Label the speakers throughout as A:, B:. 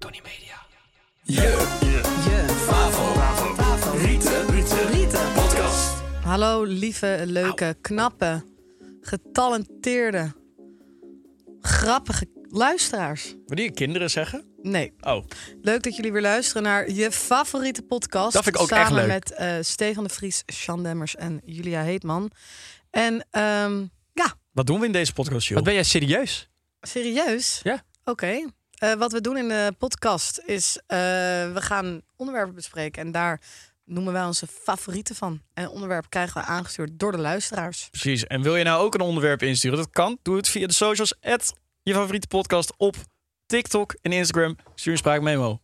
A: Tony Media. Podcast.
B: Hallo lieve, leuke, knappe, getalenteerde, grappige luisteraars.
A: Wat die kinderen zeggen?
B: Nee,
A: Oh,
B: leuk dat jullie weer luisteren naar je favoriete podcast.
A: Dat vind ik ook
B: samen
A: echt leuk.
B: met eh Stefan de Vries, Sjan Demmers en Julia Heetman. En ehm, ja,
A: wat doen we in deze podcast, joh?
C: Wat ben jij serieus?
B: serieus.
C: Ja.
B: Oké. Eh, wat we doen in de podcast is, eh, we gaan onderwerpen bespreken en daar noemen wij onze favorieten van. En onderwerpen krijgen we aangestuurd door de luisteraars.
A: Precies. En wil je nou ook een onderwerp insturen? Dat kan. Doe het via de socials. At je favoriete podcast op TikTok en Instagram. Stuur een spraakmemo.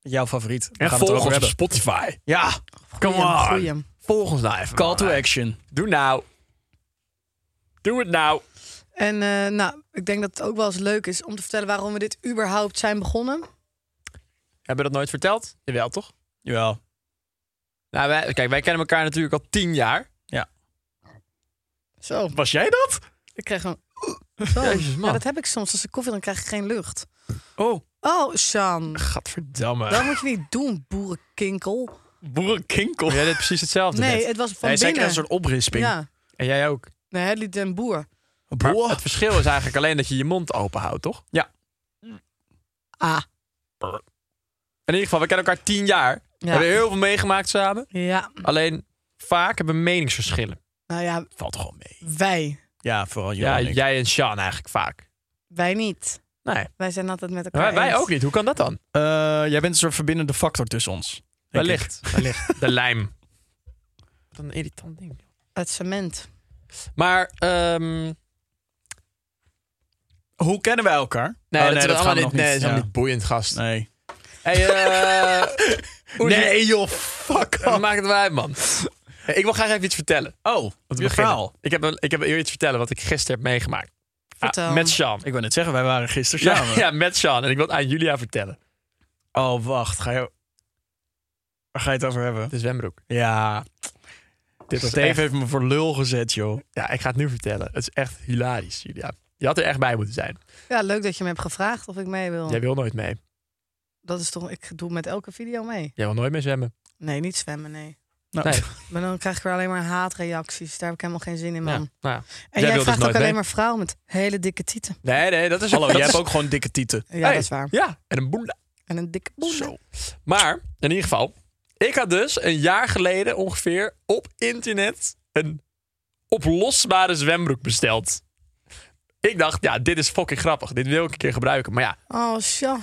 A: Jouw favoriet. We
C: En
A: gaan het
C: volg
A: erover
C: ons op
A: hebben.
C: Spotify.
A: Ja,
C: Come
B: Goeie,
C: on.
B: goeie.
C: Volg ons nou even.
A: call to
C: man.
A: action.
C: Doe nou. Doe het nou.
B: En eh, nou, ik denk dat het ook wel eens leuk is om te vertellen waarom we dit überhaupt zijn begonnen.
C: Hebben we dat nooit verteld? Jawel, toch?
A: Jawel.
C: Nou, wij, kijk, wij kennen elkaar natuurlijk al tien jaar.
B: Zo,
A: Was jij dat?
B: ik krijg gewoon. Zo.
C: Jezus, man.
B: Ja, dat heb ik soms. Als ik koffie dan krijg ik geen lucht.
A: Oh,
B: Oh, Sjan,
C: Gadverdamme.
B: dat moet je niet doen, boerenkinkel.
A: boerenkinkel.
C: Jij deed precies hetzelfde
B: Nee,
C: net.
B: het was van
A: Hij zei
B: binnen.
A: een soort oprisping.
B: Ja,
C: En jij ook.
B: nee, het liet den boer.
C: Maar
A: Boah.
C: het verschil is eigenlijk alleen dat je je mond open houdt, toch?
B: Ah,
C: In ieder geval, we kennen elkaar tien jaar. We hebben heel veel meegemaakt samen.
B: ja.
C: Alleen vaak hebben we meningsverschillen.
B: Nou ja,
C: Valt gewoon mee.
B: wij,
A: Ja, vooral
C: Ja,
A: Johan en ik.
C: jij en Sean eigenlijk vaak.
B: wij niet.
C: Nee.
B: Wij zijn altijd met elkaar.
C: Wij, wij
B: eens.
C: ook niet. Hoe kan dat dan?
A: Eh, jij bent een soort verbindende factor tussen ons. denk ik.
C: Wellicht. Wellicht. De lijm. Wat een irritant ding.
B: Het cement.
C: Maar,
A: Oh,
C: ehm
A: Hoe kennen wij elkaar?
C: nee,
A: Oh,
C: dat, is
A: gaan we
C: allemaal niet,
A: nog
C: nee, dat is allemaal
A: Ja.
C: niet boeiend, gast.
A: Nee.
C: Hey, eh, hoe-
A: Nee, joh, fuck
C: Wat
A: off.
C: maakt het wel uit, man? Hey, ik wil graag even iets vertellen.
A: Oh, wat
C: Te
A: een
C: beginnen.
A: verhaal.
C: Ik heb, een- ik heb heel iets vertellen wat ik gisteren heb meegemaakt. Ah,
B: Vertel.
C: met Sean.
A: Ik wou net zeggen, wij waren gisteren
C: Ja,
A: samen.
C: ja, met Sean. En ik wil het aan Julia vertellen.
A: Oh, wacht. Ga je... Waar ga je het over hebben?
C: De zwembroek.
A: Ja.
C: Dit was
A: Steve
C: echt-
A: heeft me voor lul gezet, joh.
C: Ja, ik ga het nu vertellen. Het is echt hilarisch, Julia. Je had er echt bij moeten zijn.
B: Ja, leuk dat je me hebt gevraagd of ik mee wil.
C: Jij wil nooit mee.
B: Dat is toch, ik doe met elke video mee.
C: Jij wil nooit mee zwemmen.
B: Nee, niet zwemmen, nee.
A: Nou,
C: Nee.
B: Maar dan krijg ik weer alleen maar haatreacties. Daar heb ik helemaal geen zin in, man.
C: Ja, nou.
B: En jij,
C: Jij wil dus
B: vraagt ook
C: nooit
B: alleen
C: mee.
B: maar vrouwen met hele dikke tieten.
C: Nee, nee, dat is...
A: Hallo,
C: dat
A: jij hebt
C: is-
A: ook gewoon dikke tieten.
B: Ja,
C: Hey,
B: dat is waar.
C: Ja, en een boel.
B: En een dikke boel.
C: Zo. Maar, in ieder geval, ik had dus een jaar geleden ongeveer op internet een oplosbare zwembroek besteld. Ik dacht, ja, dit is fucking grappig. Dit wil ik een keer gebruiken. Maar ja,
B: Oh, zo.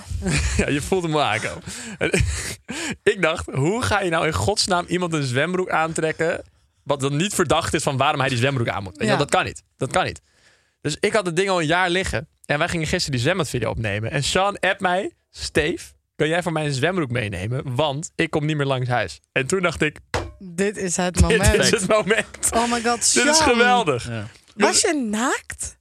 C: ja je voelt hem wel aankomen. En ik dacht, hoe ga je nou in godsnaam iemand een zwembroek aantrekken... wat dan niet verdacht is van waarom hij die zwembroek aan moet. Weet je wel,
B: Ja.
C: Dat kan niet. Dat kan niet. Dus ik had het ding al een jaar liggen. En wij gingen gisteren die zwembadvideo opnemen. En Sean appt mij, Steve, kan jij voor mij een zwembroek meenemen? Want ik kom niet meer langs huis. En toen dacht ik,
B: Dit is het
C: dit
B: moment.
C: is het moment.
B: Oh my god,
C: Dit is
B: Sjan.
C: geweldig.
A: Ja.
B: Was je naakt?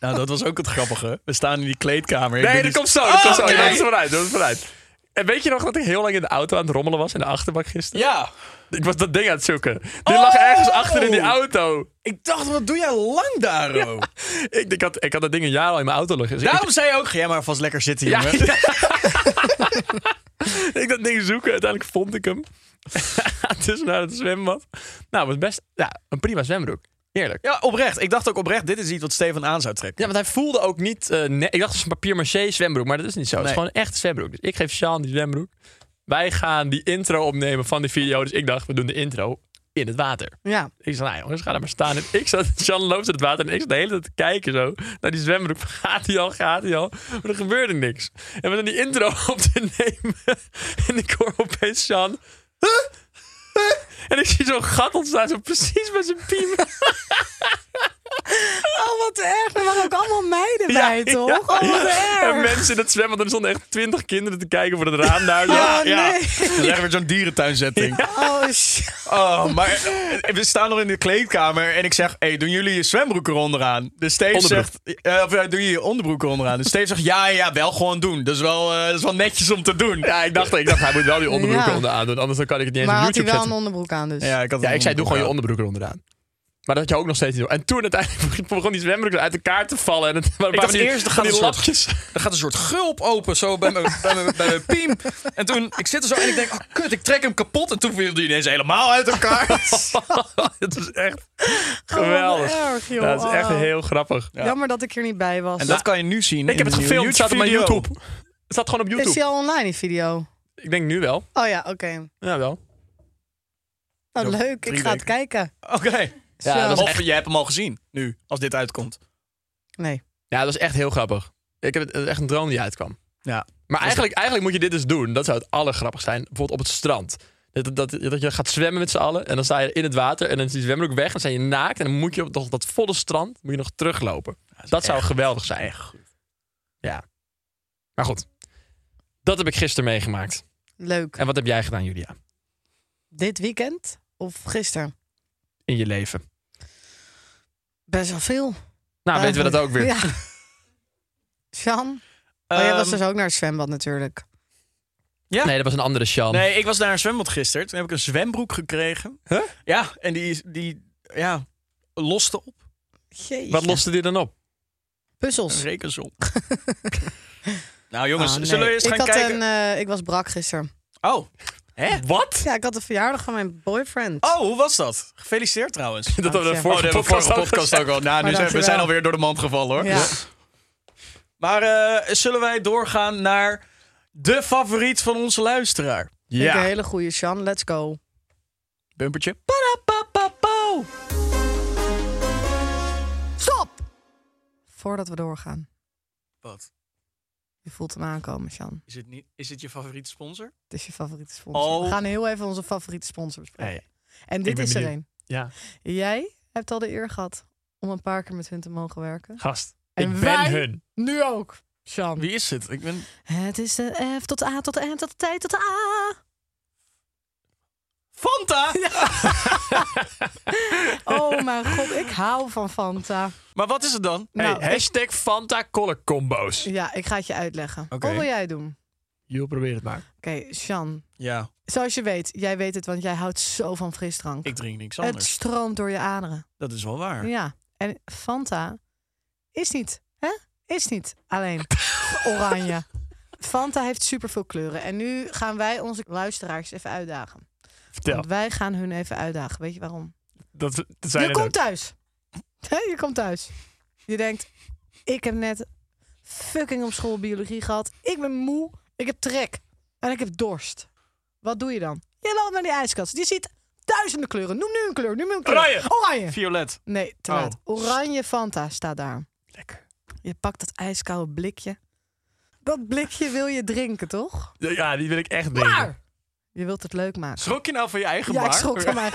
A: Nou, dat was ook het grappige. We staan in die kleedkamer. Ik dus-
C: Nee,
A: doe
C: dat
A: die-
C: komt zo. Dat komt zo.
A: oké.
C: Dat is vooruit. Dat is vooruit. En weet je nog dat ik heel lang in de auto aan het rommelen was in de achterbak gisteren?
A: Ja.
C: Ik was dat ding aan het zoeken. Dit lag ergens achter in die auto.
A: Ik dacht, wat doe jij lang daar, oh?
C: Ik, ik, had, ik had dat ding een jaar al in mijn auto liggen. Dus ik-
A: Daarom zei je ook, ga jij maar vast lekker zitten,
C: Ja,
A: jongen.
C: ja. ik dat ding zoeken. Uiteindelijk vond ik hem. dus naar het zwembad. Nou, was best ja, een prima zwembroek. Heerlijk.
A: Ja, oprecht. Ik dacht ook oprecht, dit is iets wat Stefan aan zou trekken.
C: Ja, want hij voelde ook niet... eh, ne- ik dacht, het is een papier-maché zwembroek. Maar dat is niet zo. Het
A: Nee.
C: is gewoon een echte zwembroek. Dus ik geef Sean die zwembroek. Wij gaan die intro opnemen van die video. Dus ik dacht, we doen de intro in het water.
B: Ja.
C: Ik zei, nou jongens, ga daar maar staan. En ik zat, Jan loopt in het water en ik zat de hele tijd te kijken zo naar die zwembroek. Gaat hij al, gaat hij al. Maar er gebeurde niks. En we zijn die intro op te nemen. En ik hoor opeens Jan... "Huh? Huh?" En ik zie zo'n gat ontstaan, zo precies met zijn piem.
B: Oh, wat erg. Er waren ook allemaal meiden bij, toch?
C: ja.
B: Oh, wat
C: En
B: erg.
C: mensen in het zwembad, en er stonden echt twintig kinderen te kijken voor het raam daar. Ja,
B: Oh,
C: ja.
B: nee.
A: Dan leggen we zo'n dierentuinzetting.
B: Oh, shit.
A: Oh, maar eh, we staan nog in de kleedkamer en ik zeg: hey, doen jullie je zwembroek eronder aan? De Steve
C: Onderbroek.
A: zegt: eh, of, eh, Doe je je onderbroek eronder aan? De Steve zegt: Ja, ja, wel gewoon doen. Dat is wel, eh, dat is wel netjes om te doen.
C: Ja, ik dacht, ik dacht, hij moet wel die onderbroek
B: Ja.
C: eronder aan doen. Anders dan kan ik het niet eens
B: Maar
C: op
B: had hij
C: YouTube
B: wel
C: zetten.
B: een onderbroek aan, dus.
A: ik, had
C: Ja,
A: een
C: ik zei, doe gewoon je
A: onderbroek
C: onderbroek eronder aan. Maar dat had je ook nog steeds niet door. En toen uiteindelijk begon die zwembroek uit elkaar te vallen. En het waren
A: aan. Ik dacht
C: van die-
A: eerst, er
C: van
A: gaat,
C: die
A: een soort,
C: lapjes.
A: er gaat een soort gulp open zo bij mijn, bij mijn, bij mijn piem. En toen, ik zit er zo en ik denk, oh kut, ik trek hem kapot. En toen viel die ineens helemaal uit elkaar.
C: Het is echt
B: Oh, wat
C: geweldig.
B: erg, joh.
C: Ja, het is echt
B: Oh.
C: heel grappig.
B: Jammer dat ik hier niet bij was.
A: En dat kan je nu zien
C: Ik heb het gefilmd, het staat op mijn YouTube. Het staat gewoon op
B: Is
C: YouTube.
B: die al online, die video?
C: Ik denk nu wel.
B: Oh ja, oké.
C: Ja, wel.
B: Nou,
A: Zo,
B: leuk. Ik
A: drie
B: ga het kijken.
A: Oké.
C: Ja,
B: Zo.
C: dat is
A: Of je hebt hem al gezien, nu, als dit uitkomt.
B: Nee.
C: Ja, dat is echt heel grappig. Ik heb het, het is echt een droom die uitkwam.
A: Ja.
C: Maar eigenlijk, eigenlijk moet je dit dus doen. Dat zou het allergrappigst zijn. Bijvoorbeeld op het strand. Dat, dat, dat je gaat zwemmen met z'n allen. En dan sta je in het water. En dan is die zwembroek weg. En dan zijn je naakt. En dan moet je op dat, dat volle strand moet je nog teruglopen. Dat, zou geweldig zijn. Ja. Maar goed. Dat heb ik gisteren meegemaakt.
B: Leuk.
C: En wat heb jij gedaan, Julia?
B: Dit weekend of gisteren?
C: In je leven.
B: Best wel veel.
C: Nou, weten we dat ook weer.
B: Eh, Ja. Sjan? Oh, jij
C: Ehm,
B: was dus ook naar het zwembad natuurlijk.
A: Ehm, Ja.
C: Nee, dat was een andere Sjan.
A: Nee, ik was naar een zwembad gisteren. Toen heb ik een zwembroek gekregen.
C: Huh?
A: Ja, en die, is- die ja, loste op.
B: Jeetje.
C: Wat Ah, loste dit dan op?
B: Puzzels.
A: Rekens op. nou jongens,
B: Ah, nee.
A: zullen we eerst
B: ik
A: gaan
B: had
A: kijken?
B: Een, eh, ik was brak gisteren.
A: Oh, hè? Wat?
B: Ja, ik had de verjaardag van mijn boyfriend.
A: Oh, hoe was dat? Gefeliciteerd trouwens. Oh,
C: Dat hadden we
B: ja.
A: dat
C: de vorige
A: hebben we
C: podcast,
A: vorige
C: ook
A: podcast
C: gezegd.
A: ook al. Nou, nu zijn, we
B: dankjewel.
A: zijn alweer door de mand gevallen hoor.
B: Ja.
A: Maar eh, zullen wij doorgaan naar de favoriet van onze luisteraar?
B: Vind ik Een hele goede, Sjan. Let's go.
A: Bumpertje.
B: Papapapau. Stop! Voordat we doorgaan.
A: Wat?
B: Je voelt hem aankomen, Sjan.
A: Is het, niet, is het je favoriete sponsor?
B: Het is je favoriete sponsor.
A: Oh.
B: We gaan heel even onze favoriete sponsor bespreken.
C: Nee.
B: En dit
C: ben
B: is er
C: benieuwd.
B: een.
C: Ja,
B: Jij hebt al de eer gehad om een paar keer met hun te mogen werken.
C: gast.
B: En
C: ik ben
B: wij-
C: hun.
B: Nu ook, Sjan.
A: Wie is het? Ik ben...
B: Het is de F tot de A tot de N tot de T tot de A.
A: Fanta!
B: Oh mijn god, ik hou van Fanta.
A: Maar wat is het dan?
C: Hey,
B: Nou,
C: hashtag Fanta Color Combo's.
B: Ja, ik ga het je uitleggen.
A: Oké.
B: Wat wil jij doen?
C: Joh, probeer het maar.
B: Oké, Sjan.
A: Ja,
B: Zoals je weet, jij weet het, want jij houdt zo van frisdrank.
A: ik drink niks
B: het
A: anders.
B: stroomt door je aderen.
A: Dat is wel waar.
B: Ja. En Fanta is niet, hè? Is niet alleen oranje. Fanta heeft superveel kleuren. En nu gaan wij onze luisteraars even uitdagen.
C: Vertel.
B: Want wij gaan hun even uitdagen. Weet je waarom?
C: Dat, dat zijn
B: je komt thuis. Hè, je komt thuis. Je denkt, ik heb net fucking op school biologie gehad. Ik ben moe. Ik heb trek. En ik heb dorst. Wat doe je dan? Je loopt naar die ijskast. Je ziet duizenden kleuren. Noem nu een kleur. Noem nu een kleur.
C: Oranje.
B: Oranje.
A: Violet.
B: Nee, te
A: Oh.
B: laat. Oranje Fanta staat daar.
C: Lekker.
B: Je pakt dat ijskoude blikje. Dat blikje wil je drinken, toch?
C: Ja, die wil ik echt drinken.
B: Maar je wilt het leuk maken.
A: Schrok je nou van je eigen
B: Ja,
A: baar?
B: ik schrok van mij.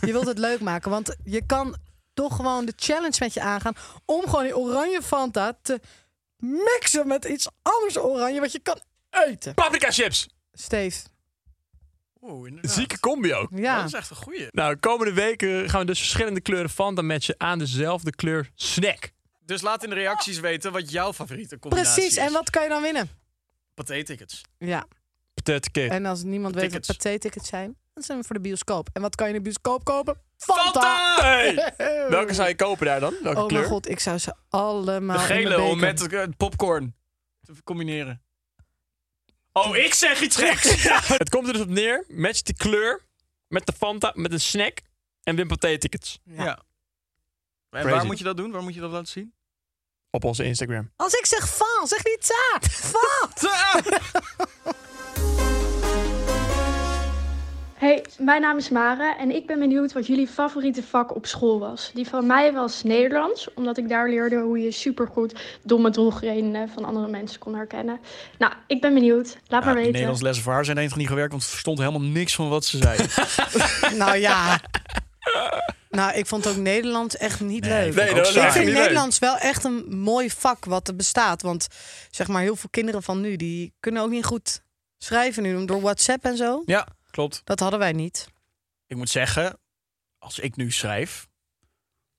B: Je wilt het leuk maken, want je kan toch gewoon de challenge met je aangaan om gewoon die oranje Fanta te mixen met iets anders oranje wat je kan eten.
C: Paprika chips.
B: Steve,
A: Oeh, inderdaad.
C: Zieke combi ook.
B: ja,
A: Dat is echt een goeie.
C: Nou, komende weken gaan we dus verschillende kleuren Fanta matchen aan dezelfde kleur snack.
A: Dus laat in de reacties weten wat jouw favoriete combinatie
B: precies.
A: is.
B: En wat kan je dan winnen?
A: Pathé tickets.
B: Ja,
C: Potato kit.
B: en als niemand weet wat
A: Tickets.
B: paté-tickets zijn, dan zijn we voor de bioscoop. En wat kan je in de bioscoop kopen?
C: Fanta!
B: Fanta!
C: Hey! Welke zou je kopen daar dan? Welke
B: Oh
C: kleur?
B: mijn god, ik zou ze allemaal
A: De
B: in
A: gele
B: mijn
A: om
B: beker-
A: met het eh, popcorn te combineren. Oh, ik zeg iets geks.
C: Het komt er dus op neer. Match de kleur met de Fanta, met een snack en win paté tickets.
B: Ja.
A: En waar
C: Crazy.
A: moet je dat doen? Waar moet je dat laten zien?
C: Op onze Instagram.
B: Als ik zeg van, zeg niet zaad. Van!
D: Hey, mijn naam is Mare en ik ben benieuwd wat jullie favoriete vak op school was. Die van mij was Nederlands, omdat ik daar leerde hoe je supergoed domme drogredenen van andere mensen kon herkennen. Nou, ik ben benieuwd. Laat maar
A: Ja, die
D: weten.
A: Nou, Nederlands lessen voor haar zijn enig niet gewerkt, want ze verstond helemaal niks van wat ze zei.
B: Nou ja. Nou, ik vond ook Nederlands echt niet leuk.
C: nee, dat was
B: ik
C: echt
B: vind
C: niet leuk.
B: Nederlands wel echt een mooi vak wat er bestaat. Want zeg maar, heel veel kinderen van nu, die kunnen ook niet goed schrijven nu. Door WhatsApp en zo.
A: ja, klopt.
B: Dat hadden wij niet.
A: Ik moet zeggen, als ik nu schrijf,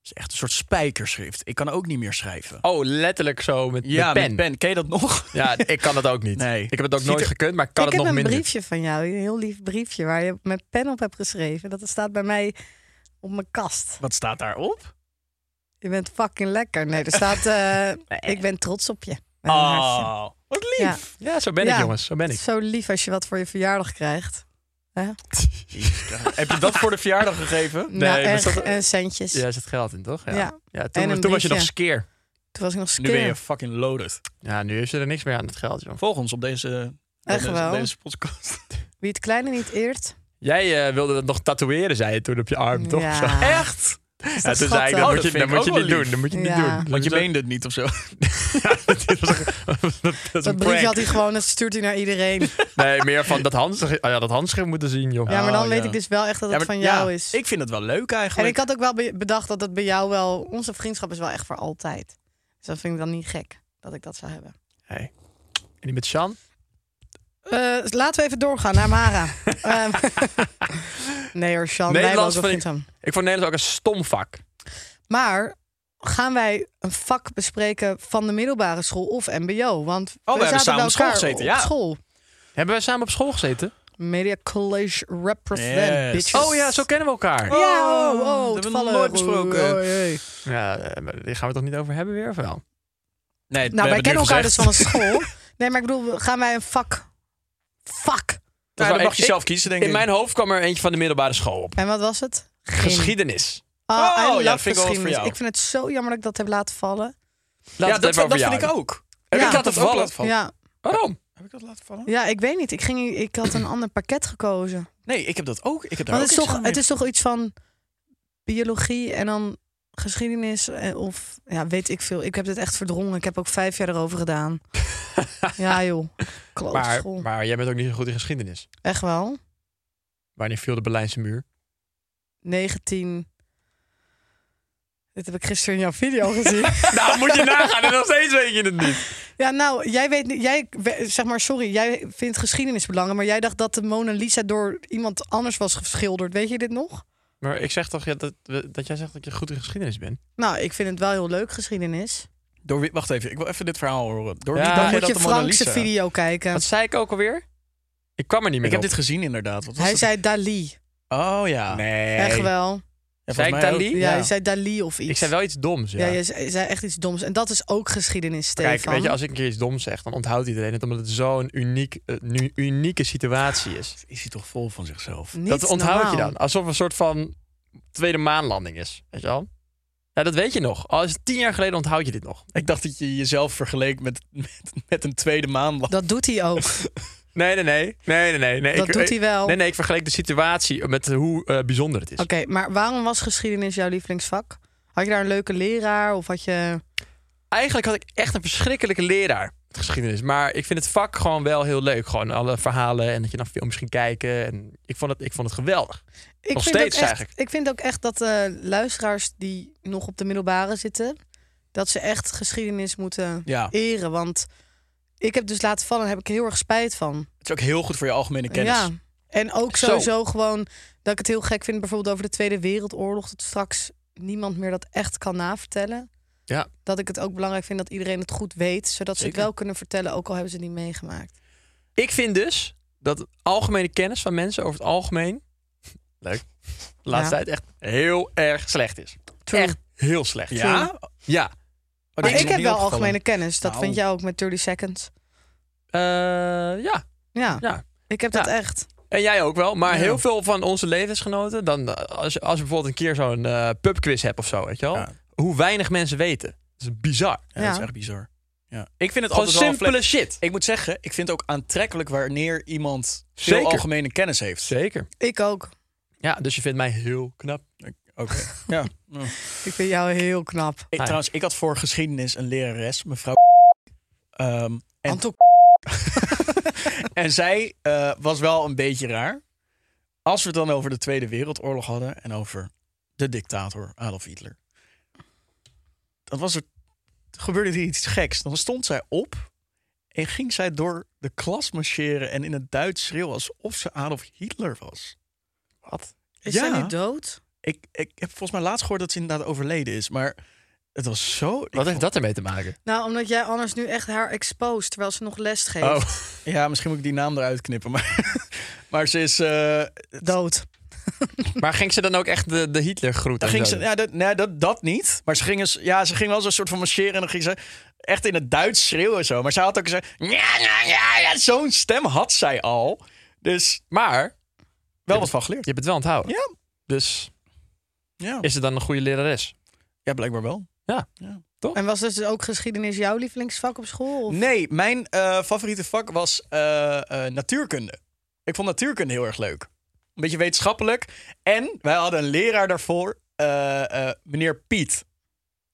A: is echt een soort spijkerschrift. Ik kan ook niet meer schrijven.
C: Oh, letterlijk zo met,
A: ja,
C: met
A: met
C: pen.
A: pen. Ken je dat nog?
C: Ja, ik kan dat ook niet.
A: Nee.
C: Ik heb het ook
A: Ziet
C: nooit
A: er-
C: gekund, maar ik kan
B: ik
C: het
B: heb
C: nog
B: een
C: minder.
B: briefje van jou, een heel lief briefje waar je met pen op hebt geschreven. Dat staat bij mij op mijn kast.
A: Wat staat daarop?
B: Je bent fucking lekker. Nee, er staat, eh, ik ben trots op je. Met een hartje.
A: Oh, wat lief.
B: Ja.
C: Ja, zo Ah, ben
B: Ja.
C: ik, jongens. Zo ben ik.
B: Zo lief als je wat voor je verjaardag krijgt.
A: Heb je dat voor de verjaardag gegeven?
C: Nee,
B: nou,
C: maar
B: erg.
C: dat-
B: En centjes.
C: Ja, er zit geld in, toch?
B: Ja.
C: ja toen
B: En een
C: toen was je nog
B: briefje.
C: skeer.
B: Toen was ik nog skeer.
A: Nu ben je fucking loaded.
C: Ja, nu heeft ze er niks meer aan het geld, joh.
A: Volg ons op deze,
B: Echt
A: deze,
B: wel?
A: deze podcast.
B: Wie het kleine niet eert.
C: Jij eh, wilde dat nog tatoeëren, zei je toen op je arm, toch?
B: Ja.
C: Zo, Echt?
B: Is
C: Ja,
B: dat
C: toen zei ik,
B: schattig?
C: dat
A: Oh,
C: moet je,
A: dat vind
C: dat
A: ik
C: moet
A: ook
C: je
A: wel
C: niet
A: lief.
C: doen. Dat moet je niet
B: Ja.
C: doen.
A: Want je
C: Zo-
A: meende het niet of zo.
C: Dit was een- dat is
B: Dat
C: een
B: briefje had
C: prank.
B: hij gewoon, dat stuurt hij naar iedereen.
C: Nee, meer van dat handschrift. Oh ja, dat handschrift moeten zien, joh.
B: Ja, maar dan
A: Oh,
B: weet
A: ja.
B: ik dus wel echt dat het
A: Ja, maar-
B: van jou
A: ja,
B: is.
A: Ik vind het wel leuk
B: en
A: eigenlijk.
B: ik had ook wel be- bedacht dat het bij jou wel... Onze vriendschap is wel echt voor altijd. Dus dat vind ik dan niet gek, dat ik dat zou hebben.
C: Hey. En die met Sean?
B: Eh, laten we even doorgaan naar Mara. Ehm, nee hoor, Sean. wij hebben ook
C: Nederlands vind
B: wel
C: ik-
B: vriendschap.
C: Ik vond Nederlands ook een stom vak.
B: Maar gaan wij een vak bespreken van de middelbare school of mbo? Want
A: Oh, we hebben
B: zaten
A: samen
B: bij
A: op school
B: elkaar
A: gezeten,
B: op
A: ja.
B: school.
C: Hebben wij samen op school gezeten?
B: Media College Represent,
A: Yes.
B: bitches.
C: Oh ja, zo kennen we elkaar.
B: Ja, oh,
A: Oh,
B: oh,
A: dat hebben we
B: toevallig.
A: nog nooit besproken.
B: Oei, oei, oei.
C: Ja, eh, maar die gaan we het toch niet over hebben weer, of wel?
A: nee, we
B: Nou, wij
A: hebben
B: kennen
A: het
B: elkaar dus
A: nu gezegd.
B: van een school. Nee, maar ik bedoel, gaan wij een vak... Vak!
A: Nou,
C: Maar
A: dat mag
C: ik-
A: je zelf kiezen, denk ik.
C: In mijn hoofd kwam er eentje van de middelbare school op.
B: En wat was het?
C: Geschiedenis.
B: Oh,
A: Oh, ja,
B: I love
A: dat vind ik wel wat voor
B: geschiedenis.
A: jou.
B: Ik vind het zo jammer dat ik dat heb laten vallen.
C: Laat
A: ja,
C: het
A: dat,
C: even
A: dat,
C: over jou
A: vind ik
C: hebben.
A: ook.
C: Heb
B: Ja.
C: ik dat
A: Dat ook laten
C: toevallig?
A: vallen.
B: Ja,
C: Waarom?
A: Heb ik dat laten vallen?
B: ja, ik weet niet. Ik, ging, ik had een ander pakket gekozen.
A: Nee, ik heb dat ook. Ik heb daar
B: Want
A: ook
B: het is,
A: iets
B: toch,
A: aan
B: het is toch iets van biologie en dan geschiedenis eh, of ja, weet ik veel. Ik heb dit echt verdrongen. Ik heb ook vijf jaar erover gedaan. ja joh, klote
C: Maar,
B: school.
C: maar jij bent ook niet zo goed in geschiedenis.
B: Echt wel.
C: Wanneer viel de Berlijnse muur?
B: 19. Dit heb ik gisteren in jouw video gezien.
C: nou, moet je nagaan en nog steeds weet je het niet.
B: ja, nou, jij weet niet, jij we- zeg maar, sorry, jij vindt geschiedenis belangrijk, maar jij dacht dat de Mona Lisa door iemand anders was geschilderd. Weet je dit nog?
C: Maar ik zeg toch ja, dat, we- dat jij zegt dat je goed in geschiedenis bent?
B: Nou, ik vind het wel heel leuk geschiedenis.
A: Door wie- wacht even, ik wil even dit verhaal horen. Door
C: Ja,
A: wie dacht
C: dan
A: jij
B: moet
A: dat
B: je
A: de Mona
B: Frankse
A: Lisa-
B: video kijken.
C: Wat zei ik ook alweer? Ik kwam er niet meer
A: Ik heb
C: op.
A: dit gezien inderdaad. Wat was
B: Hij
A: dat?
B: zei Dali.
A: Oh ja.
C: Nee.
B: Echt wel.
A: Ja, volgens
C: Zei ik
A: mij
C: Dali?
A: ook.
B: Ja, je zei Dali of iets.
C: Ik zei wel iets doms, ja.
B: Ja, je zei, zei echt iets doms. En dat is ook geschiedenis, Stefan.
C: Kijk, weet je, als ik een keer iets doms zeg, dan onthoudt iedereen het omdat het zo'n uniek, eh, nu- unieke situatie is.
A: Is hij toch vol van zichzelf?
B: Niet
C: dat onthoud je
B: normaal.
C: dan. Alsof het een soort van tweede maanlanding is. Weet je wel? Ja, dat weet je nog. Al is het tien jaar geleden onthoud je dit nog.
A: Ik dacht dat je jezelf vergeleek met, met, met een tweede maand.
B: Dat doet hij ook.
C: Nee, nee, nee. Nee, nee, nee. nee.
B: Dat
C: ik, eh,
B: doet hij wel.
C: Nee, nee, ik vergelijk de situatie met hoe eh, bijzonder het is.
B: Oké, maar waarom was geschiedenis jouw lievelingsvak? Had je daar een leuke leraar of had je...
C: Eigenlijk had ik echt een verschrikkelijke leraar met geschiedenis. Maar ik vind het vak gewoon wel heel leuk. Gewoon alle verhalen en dat je dan films ging kijken. En ik, vond het, ik vond het geweldig.
B: Ik
C: Nog
B: vind ook
C: steeds
B: echt,
C: eigenlijk.
B: Ik vind ook echt dat eh, luisteraars die nog op de middelbare zitten... dat ze echt geschiedenis moeten
A: Ja,
B: eren. Want ik heb dus laten vallen en daar heb ik heel erg spijt van.
A: het is ook heel goed voor je algemene kennis.
B: Ja. En ook
C: Zo.
B: sowieso gewoon dat ik het heel gek vind, bijvoorbeeld over de Tweede Wereldoorlog, dat straks niemand meer dat echt kan navertellen.
C: Ja.
B: Dat ik het ook belangrijk vind dat iedereen het goed weet, zodat ze
A: Zeker.
B: het wel kunnen vertellen, ook al hebben ze het niet meegemaakt.
C: Ik vind dus dat algemene kennis van mensen over het algemeen... Leuk. De laatste
B: Ja.
C: tijd echt heel erg slecht is.
B: True.
C: Echt heel slecht.
A: Ja?
C: Ja.
A: Oh,
B: Maar
A: die
B: ik
A: is nog
B: heb
A: niet
B: wel
A: opgevallen.
B: algemene kennis. Dat
A: Nou.
B: vind jij ook met 30 seconds.
C: Eh, ja.
B: Ja,
C: Ja.
B: ik heb
C: Ja.
B: dat echt.
C: En jij ook wel. Maar
B: Ja.
C: heel veel van onze levensgenoten... Dan, eh, als, als je bijvoorbeeld een keer zo'n eh, pubquiz hebt of zo, weet je wel...
A: Ja.
C: Hoe weinig mensen weten. Dat is bizar.
A: Ja, dat
B: Ja.
A: is echt bizar. Ja. Ik vind het
C: Gewoon
A: altijd wel een
C: simpele
A: vlek-
C: shit.
A: Ik moet zeggen, ik vind het ook aantrekkelijk wanneer iemand veel
C: Zeker.
A: algemene kennis heeft.
C: Zeker.
B: Ik ook.
C: Ja, dus je vindt mij heel knap.
A: Oké. Ja.
B: Ik vind jou heel knap.
A: Ik, trouwens, ik had voor geschiedenis een lerares, mevrouw. Ehm, en,
B: Anto-
A: en zij eh, was wel een beetje raar. Als we het dan over de Tweede Wereldoorlog hadden en over de dictator Adolf Hitler. Dan was er, gebeurde hier iets geks. Dan stond zij op en ging zij door de klas marcheren en in het Duits schreeuwen alsof ze Adolf Hitler was. Wat?
B: Is hij nu dood?
A: Ik, ik heb volgens mij laatst gehoord dat ze inderdaad overleden is. Maar het was zo... ik
C: Wat heeft
A: vond-
C: dat ermee te maken?
B: Nou, omdat jij anders nu echt haar exposed, terwijl ze nog les geeft.
A: Oh. Ja, misschien moet ik die naam eruit knippen. Maar, maar ze is... eh,
B: Dood.
C: maar ging ze dan ook echt de, de Hitler groeten?
A: dan ging ze, ja, dat, nee, dat, dat niet. Maar ze ging, eens- ja, ze ging wel zo'n soort van marcheren. En dan ging ze echt in het Duits schreeuwen en zo. Maar ze had ook zo... Ja, ja, ja, ja, zo'n stem had zij al. Dus
C: Maar
A: wel wat van geleerd.
C: je hebt het wel onthouden.
A: Ja.
C: Dus
A: Ja,
C: is het dan een goede lerares?
A: ja blijkbaar wel.
C: Ja.
B: En was dus ook geschiedenis jouw lievelingsvak op school? Of?
A: Nee, mijn eh, favoriete vak was eh, eh, natuurkunde. Ik vond natuurkunde heel erg leuk. Een beetje wetenschappelijk. En wij hadden een leraar daarvoor, eh, eh, meneer Piet.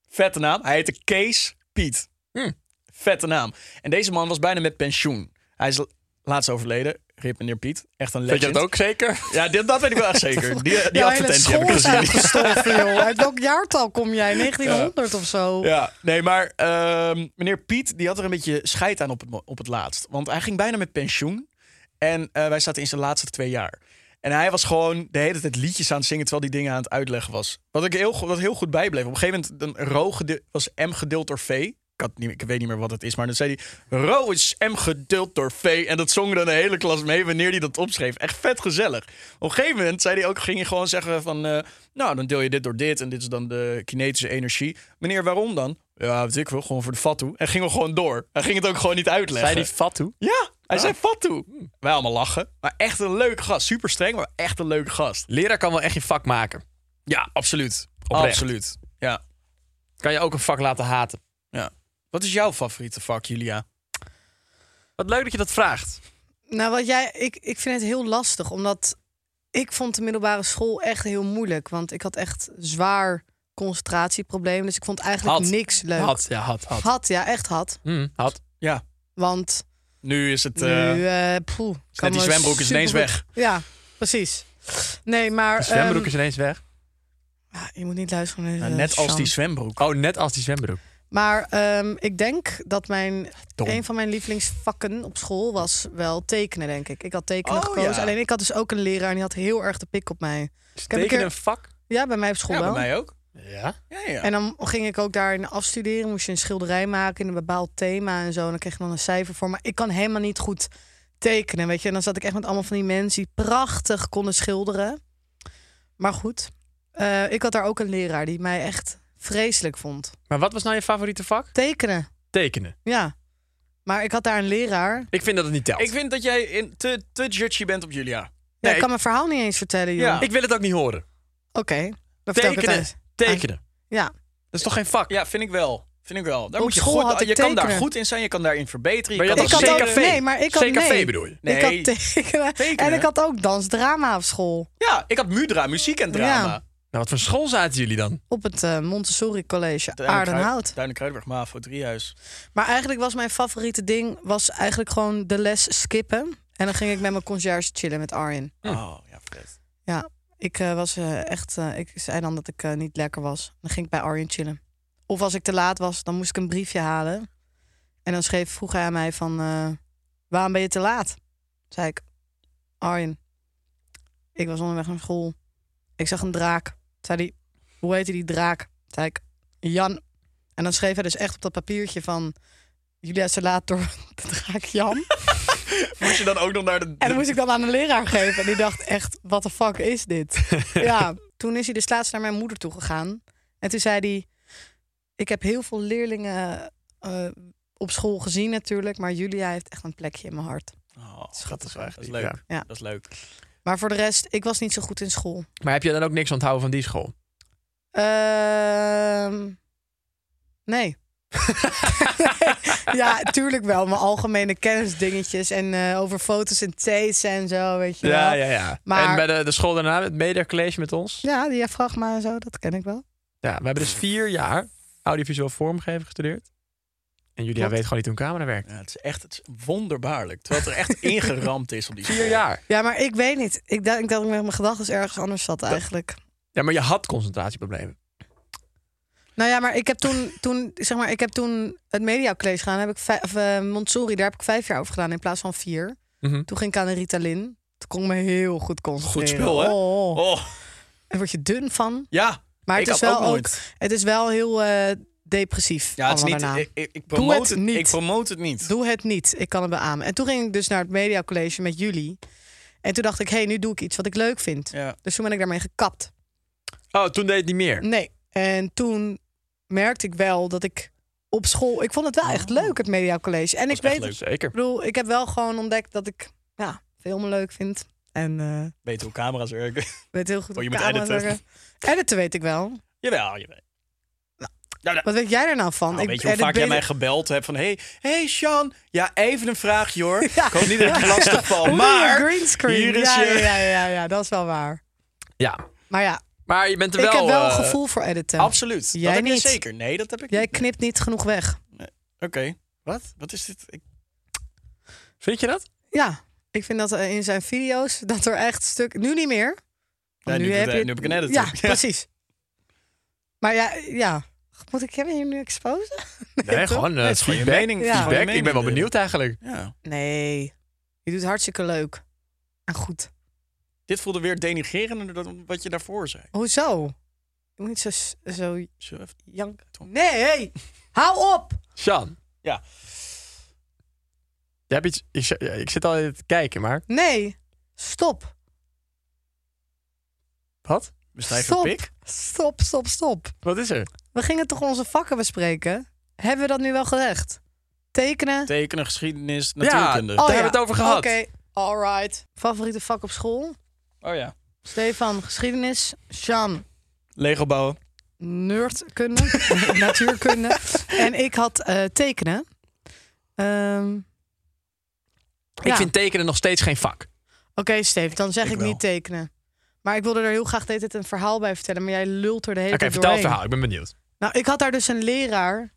A: Vette naam. Hij heette Kees Piet.
C: Hm.
A: Vette naam. En deze man was bijna met pensioen. Hij is l- laatst overleden. Rip meneer Piet. Echt een legend.
C: Weet je dat ook zeker?
A: Ja, dit, dat weet ik wel echt zeker. Die, die
B: Jouw hele
A: advertentie heb
B: school
A: ik
B: is
A: gezien.
B: uitgestorven, joh. Uit welk jaartal kom jij? 1900 of zo?
A: Ja, nee, maar ehm, meneer Piet die had er een beetje scheid aan op het, mo- op het laatst. Want hij ging bijna met pensioen. En eh, wij zaten in zijn laatste twee jaar. En hij was gewoon de hele tijd liedjes aan het zingen terwijl die dingen aan het uitleggen was. Wat ik heel, go- wat heel goed bijbleef. Op een gegeven moment een ro gede- was M gedeeld door V. Ik, had niet, ik weet niet meer wat het is, maar dan zei hij... Ro is M gedeeld door V. En dat zongen dan de hele klas mee wanneer hij dat opschreef. Echt vet gezellig. Op een gegeven moment zei hij ook, ging hij gewoon zeggen van... eh, nou, dan deel je dit door dit en dit is dan de kinetische energie. Meneer, waarom dan? Ja, weet ik wel, gewoon voor de fatu. En gingen we gewoon door. Hij ging het ook gewoon niet uitleggen.
C: Zij die fat toe?
A: Ja, hij
B: Ah.
A: zei Fatou. Wij allemaal lachen. Maar echt een leuke gast. Super streng, maar echt een leuke gast.
C: Leraar kan wel echt je vak maken.
A: Ja, absoluut. Absoluut. Ja.
C: Kan je ook een vak laten haten.
A: ja. Wat is jouw favoriete vak, Julia?
C: Wat leuk dat je dat vraagt.
B: Nou, wat jij, ik, ik vind het heel lastig, omdat ik vond de middelbare school echt heel moeilijk. Want ik had echt zwaar concentratieproblemen, dus ik vond eigenlijk
C: Had.
B: niks leuk.
C: Had, ja, had, had.
B: Had, ja, echt had.
C: Hm, had.
A: Ja.
B: Want
A: Nu is het...
B: nu,
A: eh,
B: eh poeh, kan
A: die
B: me
A: zwembroek is ineens
B: supergoed- Ja, precies. Nee, maar...
C: De zwembroek
B: ehm,
C: is ineens weg.
B: ah, je moet niet luisteren. naar
A: nou,
B: de
A: net als
B: Sjan.
A: die zwembroek.
C: Oh, net als die zwembroek.
B: Maar ehm, ik denk dat mijn,
A: Dom.
B: een van mijn lievelingsvakken op school was wel tekenen, denk ik. Ik had tekenen
A: Oh,
B: gekozen.
A: ja.
B: Alleen ik had dus ook een leraar en die had heel erg de pik op mij.
C: Is
B: heb een
C: tekenen
B: keer-
C: een vak?
B: Ja, bij mij op school
A: ja, bij
B: wel.
A: mij ook.
C: Ja.
A: Ja, ja.
B: En dan ging ik ook daarin afstuderen. Moest je een schilderij maken in een bepaald thema en zo. En dan kreeg je dan een cijfer voor. Maar ik kan helemaal niet goed tekenen, weet je. En dan zat ik echt met allemaal van die mensen die prachtig konden schilderen. Maar goed, eh, ik had daar ook een leraar die mij echt vreselijk vond.
C: Maar wat was nou je favoriete vak?
B: Tekenen,
C: Tekenen.
B: ja. Maar ik had daar een leraar
C: Ik vind dat het niet telt.
A: Ik vind dat jij in te, te judgy bent op Julia.
B: Ja,
C: Nee,
B: ik kan mijn verhaal niet eens vertellen, joh.
A: Ja.
C: ik wil het ook niet horen.
B: Oké, dan vertel ik het
C: Tekenen.
B: thuis.
C: Tekenen.
B: Ja,
C: Dat is toch geen vak?
A: Ja, vind ik wel. Vind ik wel. Daar
B: Op
A: moet je
B: school
A: goed,
B: had ik
A: je kan daar
B: tekenen.
A: goed in zijn, je kan daarin verbeteren.
C: Maar je
A: kan
C: had
B: ik had
C: ook
B: ook...
C: CKV.
B: Nee, maar ik had...
C: CKV
B: nee.
C: bedoel je?
A: Nee.
B: Ik had tekenen.
A: Tekenen?
B: En ik had ook dansdrama op school.
A: Ja, ik had Mudra, muziek en drama.
C: Nou, wat voor school zaten jullie dan?
B: Op het eh, Montessori College
A: Ja.
B: Aardenhout.
A: Duinen Kruidberg, MAVO, Driehuis.
B: Maar eigenlijk was mijn favoriete ding... was eigenlijk gewoon de les skippen. En dan ging ik met mijn conciërge chillen met Arjen.
A: Oh, ja, vet.
B: Ja, ik eh, was eh, echt... eh, ik zei dan dat ik eh, niet lekker was. Dan ging ik bij Arjen chillen. Of als ik te laat was, dan moest ik een briefje halen. En dan schreef, vroeg hij aan mij van... eh, waarom ben je te laat? Zei ik, Arjen, ik was onderweg naar school. Ik zag een draak. Zei hij, hoe heette die draak? Zei ik, Jan. En dan schreef hij dus echt op dat papiertje van... Julia is te laat door de draak Jan.
A: Moest je dan ook nog naar de...
B: En dan moest ik dat aan de leraar geven. En die dacht echt, wat de fuck is dit? ja, toen is hij dus laatst naar mijn moeder toe gegaan. En toen zei hij, ik heb heel veel leerlingen eh, op school gezien natuurlijk. Maar Julia heeft echt een plekje in mijn hart.
A: Oh, dat
B: Schattig
A: is, echt
C: eigenlijk,
A: leuk.
C: ja.
B: Ja.
A: Dat is leuk.
B: Maar voor de rest, ik was niet zo goed in school.
C: Maar heb je dan ook niks onthouden van die school?
B: Ehm, nee, Ja, tuurlijk wel. Maar algemene kennisdingetjes en eh, over foto's en taste en zo, weet je
C: Ja,
B: wel.
C: ja, ja.
B: Maar-
C: En bij de, de school daarna, het Media College met ons.
B: Ja, die vraag maar en zo, dat ken ik wel.
C: Ja, we hebben dus vier jaar audiovisueel vormgeving gestudeerd. En Julia
B: Klopt.
C: weet gewoon niet hoe een camera werkt.
A: Ja, het is echt het is wonderbaarlijk. Terwijl het er echt ingeramd is op die
C: Vier
A: school.
C: jaar.
B: Ja, maar ik weet niet. Ik denk dat ik met mijn gedachten ergens anders zat eigenlijk.
C: Ja, maar je had concentratieproblemen.
B: Nou ja, maar ik heb toen, toen, zeg maar, ik heb toen het Media College gedaan. Heb ik vijf, of, eh, Montessori, daar heb ik vijf jaar over gedaan in plaats van vier.
C: Mhm.
B: Toen ging ik aan de Ritalin. Toen kon ik me heel goed concentreren.
A: spul, hè?
B: Oh, oh.
A: Oh,
B: Daar word je dun van.
A: ja.
B: Maar
A: Ik
B: het is
A: had
B: wel
A: ook
B: ook,
A: nooit.
B: het is wel heel eh, depressief.
A: Ja, het is
B: allemaal daarna.
A: niet... Ik, ik, ik promote
B: het niet.
A: Ik promote het niet.
B: Doe het niet. Ik kan het beamen. En toen ging ik dus naar het Media College met jullie. En toen dacht ik, hé, hey, nu doe ik iets wat ik leuk vind.
A: Ja.
B: Dus toen ben ik daarmee gekapt.
C: Oh, toen deed het niet meer.
B: Nee. En toen merkte ik wel dat ik op school. Ik vond het wel echt leuk, het Media College. En ik
A: Oh. echt
B: weet.
A: leuk.
C: Zeker.
B: Ik bedoel, ik heb wel gewoon ontdekt dat ik ja, filmen leuk vind. En eh
A: Weet hoe camera's werken.
B: weet heel goed.
A: Oh, je
B: hoe
A: moet
B: camera's
A: editen.
B: werken. Editen weet ik wel.
A: jawel, jawel.
B: Nou, Wat weet jij er nou van?
A: Nou,
B: ik,
A: weet je hoe
B: edit
A: vaak jij mij
B: beter-
A: gebeld hebt van... Hey, hey Sean, ja, even een vraagje hoor.
B: Ja.
A: Ik hoop niet dat ik je lastig val,
B: Hoe doe je
A: maar...
B: een green screen.
A: hier is
B: ja,
A: je-
B: ja, ja, ja, ja, dat is wel waar.
C: Ja.
B: Maar ja,
C: Maar je bent er
B: ik
C: wel...
B: heb wel een
C: eh,
B: gevoel voor editen.
A: Absoluut.
B: Jij
A: dat heb je
B: niet.
A: zeker. Nee, dat heb ik
B: Jij
A: niet.
B: knipt niet genoeg weg.
A: Oké. Wat? Wat is dit? Ik-
C: Vind je dat?
B: Ja, ik vind dat eh, in zijn video's dat er echt stuk. Nu niet meer.
A: Ja,
B: Want
A: nu doet hij- nu heb ik een editor.
B: Ja,
A: Ja.
B: precies. Maar ja, ja. Moet ik hem hier nu exposen?
C: Nee,
B: toch?
C: gewoon eh,
A: Nee, het is gewoon je
C: feedback.
A: mening-
B: Ja.
C: feedback.
A: gewoon je
C: Ik ben wel
A: mening dus.
C: benieuwd eigenlijk.
A: Ja.
B: Nee. Je doet het hartstikke leuk. En goed.
A: Dit voelde weer denigrerender dan wat je daarvoor zei.
B: Hoezo? Je moet niet zo, s- zo
A: Zullen we even-
B: janken. Nee, hey. hou op.
C: Sean.
A: Ja.
C: Je hebt iets... Ik, z- ja, ik zit al te kijken, maar...
B: Nee. Stop.
C: Wat?
A: Beschrijf een
B: Stop.
A: pik?
B: Stop, stop, stop.
C: Wat is er?
B: We gingen toch onze vakken bespreken? Hebben we dat nu wel gezegd? Tekenen?
A: Tekenen, geschiedenis,
C: Ja,
A: natuurkunde.
B: Oh.
C: daar hebben we het over gehad.
B: Oké, alright. Favoriete vak op school?
A: Oh ja.
B: Stefan, geschiedenis. Sean,
A: Lego bouwen.
B: nerdkunde, natuurkunde. En ik had eh, tekenen. Ehm, ja.
C: Ik vind tekenen nog steeds geen vak.
B: Oké, Steve, dan zeg ik,
A: ik wel.
B: niet tekenen. Maar ik wilde er heel graag de hele tijd een verhaal bij vertellen. Maar jij lult er de hele
C: Oké,
B: tijd
C: vertel
B: doorheen.
C: het verhaal. Ik ben benieuwd.
B: Nou, ik had daar dus een leraar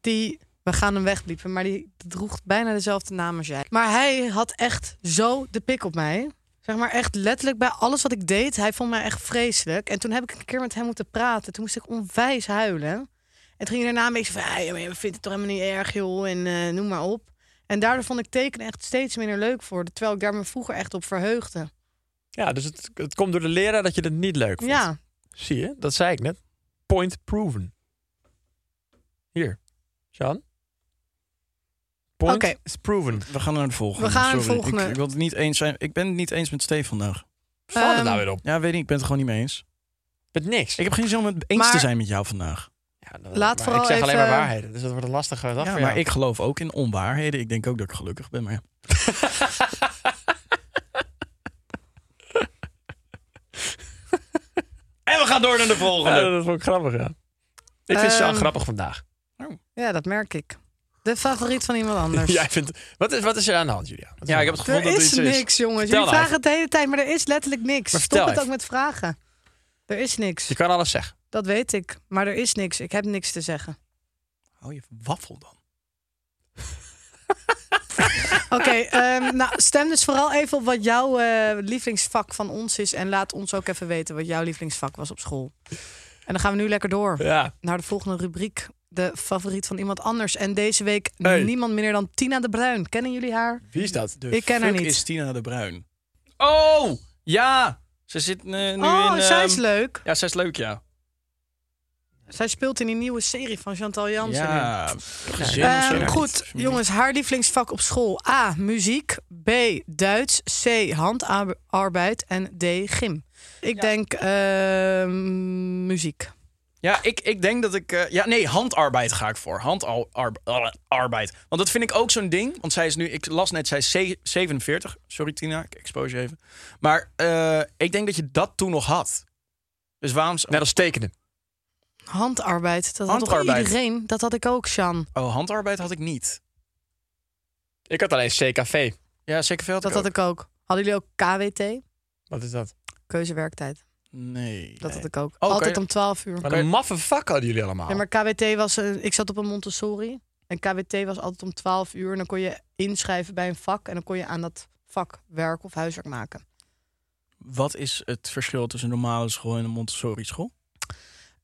B: die we gaan hem wegbliepen, maar die droeg bijna dezelfde naam als jij. Maar hij had echt zo de pik op mij. Zeg maar echt letterlijk bij alles wat ik deed. Hij vond mij echt vreselijk. En toen heb ik een keer met hem moeten praten. Toen moest ik onwijs huilen. En toen ging hij daarna een beetje van... "Ah, joh, je vindt het toch helemaal niet erg, joh. En eh, noem maar op. En daardoor vond ik tekenen echt steeds minder leuk voor. Terwijl ik daar me vroeger echt op verheugde.
C: Ja, dus het, het komt door de leraar dat je het niet leuk vond.
B: Ja,
C: Zie je? Dat zei ik net. Point proven. Hier. Sean. Point
B: Oké.
C: is proven.
A: We gaan naar de volgende.
B: We gaan naar de
A: Sorry, ik-
B: volgende.
A: Ik, wil het niet eens zijn. Ik ben het niet eens met Steve vandaag.
C: Staat het
B: Ehm,
C: nou weer op?
A: Ja, weet niet. Ik ben het gewoon niet mee eens.
C: Met niks.
A: Ik heb geen zin om het eens
B: Maar-
A: te zijn met jou vandaag.
C: Ja, dat-
B: Laat
C: maar
B: vooral
C: Ik zeg alleen maar
B: even-
C: waarheden, dus dat wordt een lastige dag
A: Ja,
C: voor
A: maar
C: jou.
A: ik geloof ook in onwaarheden. Ik denk ook dat ik gelukkig ben. Maar ja. en we gaan door naar de volgende.
C: Ja, dat vond ik grappig, ja. Ik vind Sean
B: Ehm,
C: grappig vandaag.
B: ja, dat merk ik. De favoriet van iemand anders.
C: Jij vindt, wat, is, wat is er aan de hand, Julia? Wat is
A: ja,
C: er
A: ik heb
C: aan
A: het
C: de hand?
A: gevoel
B: Er
A: dat er
B: is
A: iets
B: niks, jongens.
C: Vertel nou
B: Jullie vragen
C: even.
B: het de hele tijd, maar er is letterlijk niks.
C: Maar
B: Stop
C: vertel
B: het ook
C: even.
B: met vragen. Er is niks.
C: Je kan alles zeggen.
B: Dat weet ik. Maar er is niks. Ik heb niks te zeggen.
A: Hou je van waffel dan?
B: Oké, ehm, nou, stem dus vooral even op wat jouw eh, lievelingsvak van ons is. En laat ons ook even weten wat jouw lievelingsvak was op school. En dan gaan we nu lekker door
C: Ja.
B: naar de volgende rubriek. De favoriet van iemand anders. En deze week
C: Hey.
B: niemand minder dan Tina de Bruin. Kennen jullie haar?
C: Wie is dat?
A: De
B: Ik ken haar
A: fuck
B: niet.
A: is Tina de Bruin? Oh, ja. Ze zit eh, nu
B: oh,
A: in...
B: zij
A: ehm,
B: is leuk.
A: Ja, zij is leuk, ja.
B: Zij speelt in die nieuwe serie van Chantal Jansen. nu.
A: Ja, gezin of
B: Ehm,
A: zo.
B: goed, jongens, haar lievelingsvak op school. A. Muziek. B. Duits. C. Handarbeid. En D. Gym. Ik denk ehm, muziek.
A: Ja, ik, ik denk dat ik... eh, ja, nee, handarbeid ga ik voor. Handarbeid. Want dat vind ik ook zo'n ding. Want zij is nu... Ik las net, zij is ze- 47. Sorry, Tina. Ik expose je even. Maar eh, ik denk dat je dat toen nog had. Dus waarom...
C: Net als tekenen.
B: Handarbeid. Dat had toch
A: Handarbeid.
B: iedereen? Dat had ik ook, Sjan.
A: Oh, handarbeid had ik niet.
C: Ik had alleen CKV.
A: Ja, zeker veel.
B: Dat had ik ook. Hadden jullie ook KWT?
C: Wat is dat?
B: Keuzewerktijd.
A: Nee. Oh,
B: Dat had ik ook.
A: kan
B: Altijd
A: je-
B: om 12 uur.
C: Wat een maffe vak hadden jullie allemaal.
B: Ja, maar KWT was... een- ik zat op een Montessori. En KWT was altijd om 12 uur. En dan kon je inschrijven bij een vak. En dan kon je aan dat vak werk of huiswerk maken.
A: Wat is het verschil tussen een normale school en een Montessori school?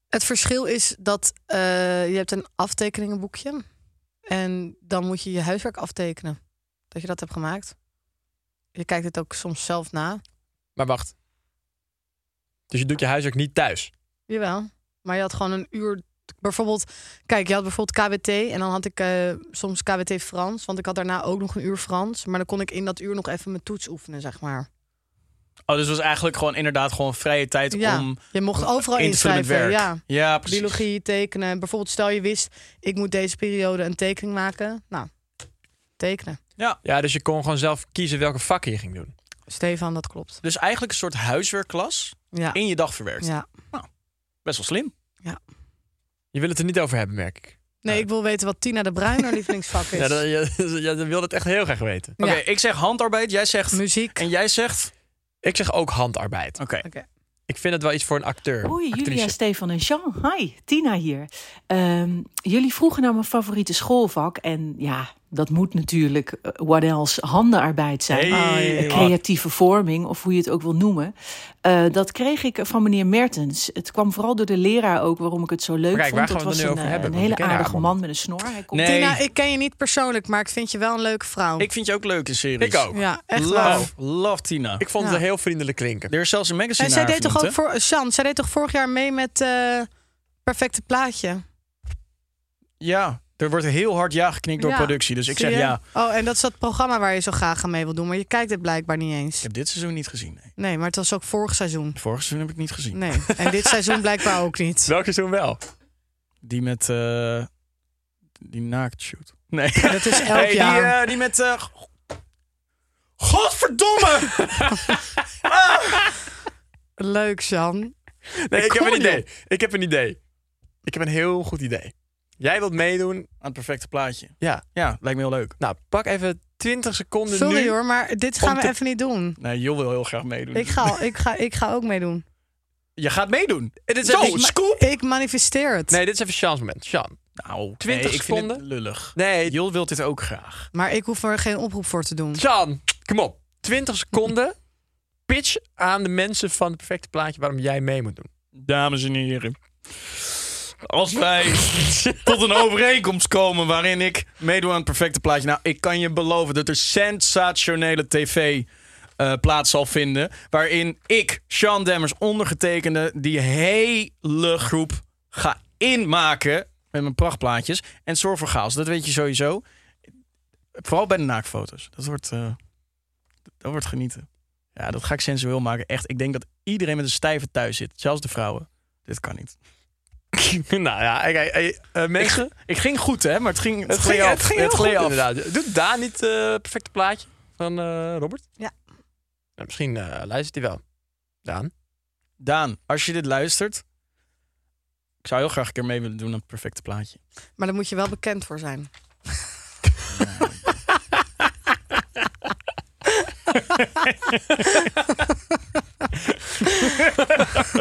B: Het verschil is dat eh, je hebt een aftekeningenboekje. En dan moet je je huiswerk aftekenen. Dat je dat hebt gemaakt. Je kijkt het ook soms zelf na.
C: Maar wacht. Dus je doet je huiswerk niet thuis.
B: Jawel. Maar je had gewoon een uur. Bijvoorbeeld, kijk, je had bijvoorbeeld KWT. En dan had ik eh, soms KWT Frans. Want ik had daarna ook nog een uur Frans. Maar dan kon ik in dat uur nog even mijn toets oefenen, zeg maar.
A: Oh, dus het was eigenlijk gewoon inderdaad gewoon vrije tijd
B: Ja,
A: om
B: je mocht overal
A: in te vullen met
B: inschrijven.
A: werk.
B: Ja.
A: ja, precies.
B: Biologie, tekenen. Bijvoorbeeld, stel je wist, ik moet deze periode een tekening maken. Nou, tekenen.
C: Ja, dus je kon gewoon zelf kiezen welke vakken je ging doen.
B: Stefan, dat klopt.
A: Dus eigenlijk een soort huiswerkklas
B: Ja.
A: in je dag verwerkt.
B: ja.
A: Best wel slim.
C: Je wil het er niet over hebben, merk ik.
B: Nee, ik wil weten wat Tina de Bruin haar lievelingsvak is.
C: Ja, dat, je, je wil het echt heel graag weten.
B: Ja.
A: Oké, ik zeg handarbeid, jij zegt...
B: Muziek.
A: En jij zegt...
C: Ik zeg ook handarbeid.
A: Oké.
B: Oké.
C: Ik vind het wel iets voor een acteur.
E: Hoi, Julia,
C: actrice.
E: Stefan en Jean. Hi, Tina hier. Ehm, jullie vroegen naar mijn favoriete schoolvak. En ja, dat moet natuurlijk, eh, what else, handenarbeid zijn.
B: Oh,
A: Hey.
E: Eh, Creatieve vorming, of hoe je het ook wil noemen. Eh, dat kreeg ik van meneer Mertens. Het kwam vooral door de leraar ook waarom ik het zo leuk
C: Maar kijk, waar
E: vond. Het
C: gaan we
E: was
C: het nu
E: een,
C: over
E: eh,
C: hebben?
E: een
C: Want
E: hele
C: we kennen haar
E: aardige
C: allemaal
E: man met een snor. Hij komt
A: Nee,
B: Tina, ik ken je niet persoonlijk, maar ik vind je wel een leuke vrouw.
A: ik vind je ook leuk in series.
C: Ik ook.
B: Ja, echt waar.
A: Love, love Tina.
C: Ik vond het heel vriendelijk klinken.
A: Er is zelfs een magazine
B: En zij
A: naar
B: deed toch ook
A: vernoemd,
B: voor Sjan, zij deed toch vorig jaar mee met eh, Perfecte Plaatje?
A: hè? Ja, er wordt heel hard ja geknikt door
B: Ja.
A: productie. Dus ik
B: Zie
A: zeg
B: je?
A: ja.
B: Oh, en dat is dat programma waar je zo graag aan mee wil doen, maar je kijkt het blijkbaar niet
A: Ik
B: eens.
A: heb dit seizoen niet gezien. Nee.
B: Nee, maar het was ook vorig seizoen.
A: Vorig seizoen heb ik niet gezien.
B: Nee, en dit seizoen blijkbaar ook niet.
C: Welke seizoen wel?
A: Die met... eh, die naaktshoot. Nee.
B: Dat is elk
A: die,
B: jaar.
A: eh, die met... eh, Godverdomme!
B: Leuk, Sjan.
C: Nee, ik, heb
B: hoor
C: een
B: je.
C: idee. Ik heb een idee. Ik heb een heel goed idee. Jij wilt meedoen?
A: Aan het perfecte plaatje.
C: Ja.
A: Ja, lijkt me heel leuk.
C: Nou, pak even 20 seconden
B: Sorry
C: nu.
B: hoor, maar dit
C: Om
B: gaan we
C: te-
B: even niet doen.
A: Nee, Jol wil heel graag meedoen.
B: Ik ga, ik ga, ik ga ook meedoen.
A: Je gaat meedoen.
C: Eh, Dit is
A: Zo,
C: even-
A: scoop!
B: Dus Ik manifesteer het.
C: Nee, dit is even Sean's moment. Sean.
A: Nou,
C: 20
A: nee, ik vind het
C: seconden.
A: lullig.
C: Nee,
A: Jol wil dit ook graag.
B: Maar ik hoef er geen oproep voor te doen.
C: Sean, kom op. 20 seconden. Pitch aan de mensen van het perfecte plaatje waarom jij mee moet doen.
A: Dames en heren. Als wij tot een overeenkomst komen waarin ik meedoe aan het perfecte plaatje. Nou, ik kan je beloven dat er sensationele tv eh, plaats zal vinden. Waarin ik, Sean Demmers, ondergetekende, die hele groep ga inmaken met mijn prachtplaatjes. En zorg voor chaos, dat weet je sowieso. Vooral bij de naaktfoto's. Dat wordt, eh, dat wordt genieten. Ja, dat ga ik sensueel maken. Echt, ik denk dat iedereen met een stijve thuis zit. Zelfs de vrouwen. Dit kan niet.
C: nou ja, oké, eh, eh, mensen.
A: Ik, ik ging goed, hè? Maar het ging, het
C: het, ging,
A: af.
C: het ging heel
A: gleed
C: goed,
A: af.
C: inderdaad. Doet Daan niet eh, het perfecte plaatje van eh, Robert?
B: Ja.
C: Nou, misschien eh, luistert hij wel. Daan.
A: Daan, als je dit luistert... Ik zou heel graag een keer mee willen doen aan het perfecte plaatje.
B: Maar daar moet je wel bekend voor zijn.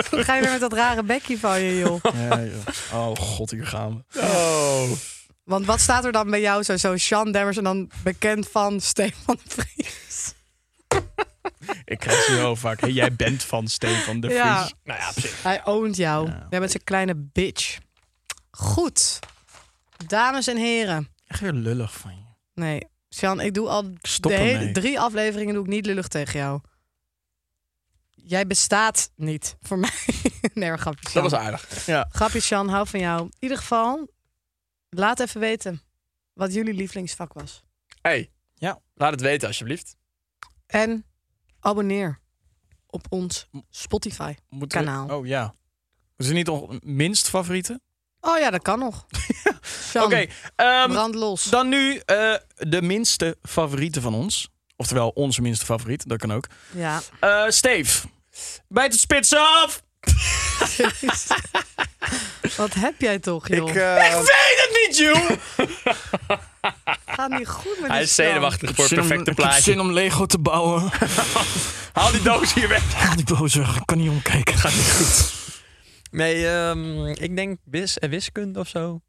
B: Dan ga je weer met dat rare bekje van je, joh.
A: Oh god, hier gaan we.
C: Oh.
B: Want wat staat er dan bij jou zo, zo Sean Demmers en dan bekend van Stefan de Vries?
A: Ik krijg ze heel vaak. Hey, jij bent van Stefan de Vries.
B: Ja.
C: Nou ja, op zich.
B: Hij oont jou.
A: Ja.
B: Jij bent zo'n kleine bitch. Goed. Dames en heren.
A: Echt weer lullig van je.
B: Nee, Sjan, ik doe al
A: Stop
B: de hele
A: ermee.
B: drie afleveringen doe ik niet lullig tegen jou. Jij bestaat niet voor mij. nee, maar grapje, Sjan.
C: Dat was aardig.
B: Grapje, Sjan, hou van jou. In ieder geval, laat even weten wat jullie lievelingsvak was.
C: Hey,
A: Ja.
C: laat het weten alsjeblieft.
B: En abonneer op ons Spotify.
A: Moeten we-
B: Kanaal.
A: oh ja. Is het niet on- minst favoriete?
B: Oh ja, dat kan nog. Sjan,
A: Oké, ehm,
B: brand los.
A: dan nu eh, de minste favoriete van ons. Oftewel, onze minste favoriet. Dat kan ook.
B: Ja.
A: Eh, Steve, bijt de spits af!
B: Wat heb jij toch, joh?
A: Ik, eh,
C: Weet het niet, Jules!
B: Ga niet goed met
C: Hij
B: die
C: is
B: slang.
C: zenuwachtig voor het
F: Zin om-
C: perfecte
F: ik heb
C: plaatje.
F: zin om Lego te bouwen.
C: Haal die doos hier weg.
F: Al die boze, ik kan niet omkijken.
C: Gaat niet goed. Nee, ehm, ik denk wis en wiskunde of zo.